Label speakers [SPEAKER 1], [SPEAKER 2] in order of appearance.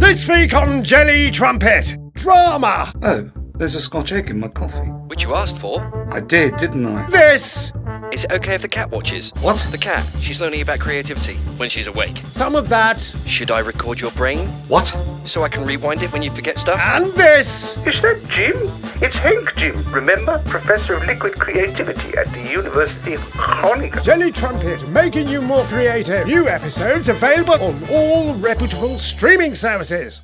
[SPEAKER 1] I speak on jelly trumpet. Drama.
[SPEAKER 2] Oh, there's a scotch egg in my coffee.
[SPEAKER 3] Which you asked for.
[SPEAKER 2] I did, didn't I?
[SPEAKER 1] This.
[SPEAKER 3] Is it okay if the cat watches?
[SPEAKER 2] What?
[SPEAKER 3] The cat. She's learning about creativity when she's awake.
[SPEAKER 1] Some of that.
[SPEAKER 3] Should I record your brain
[SPEAKER 2] What?
[SPEAKER 3] so I can rewind it when you forget stuff?
[SPEAKER 1] And this.
[SPEAKER 4] Is that Jim? It's Hank Jim, remember? Professor of Liquid Creativity at the University of Groningen.
[SPEAKER 1] Jelly Trumpet, making you more creative. New episodes available on all reputable streaming services.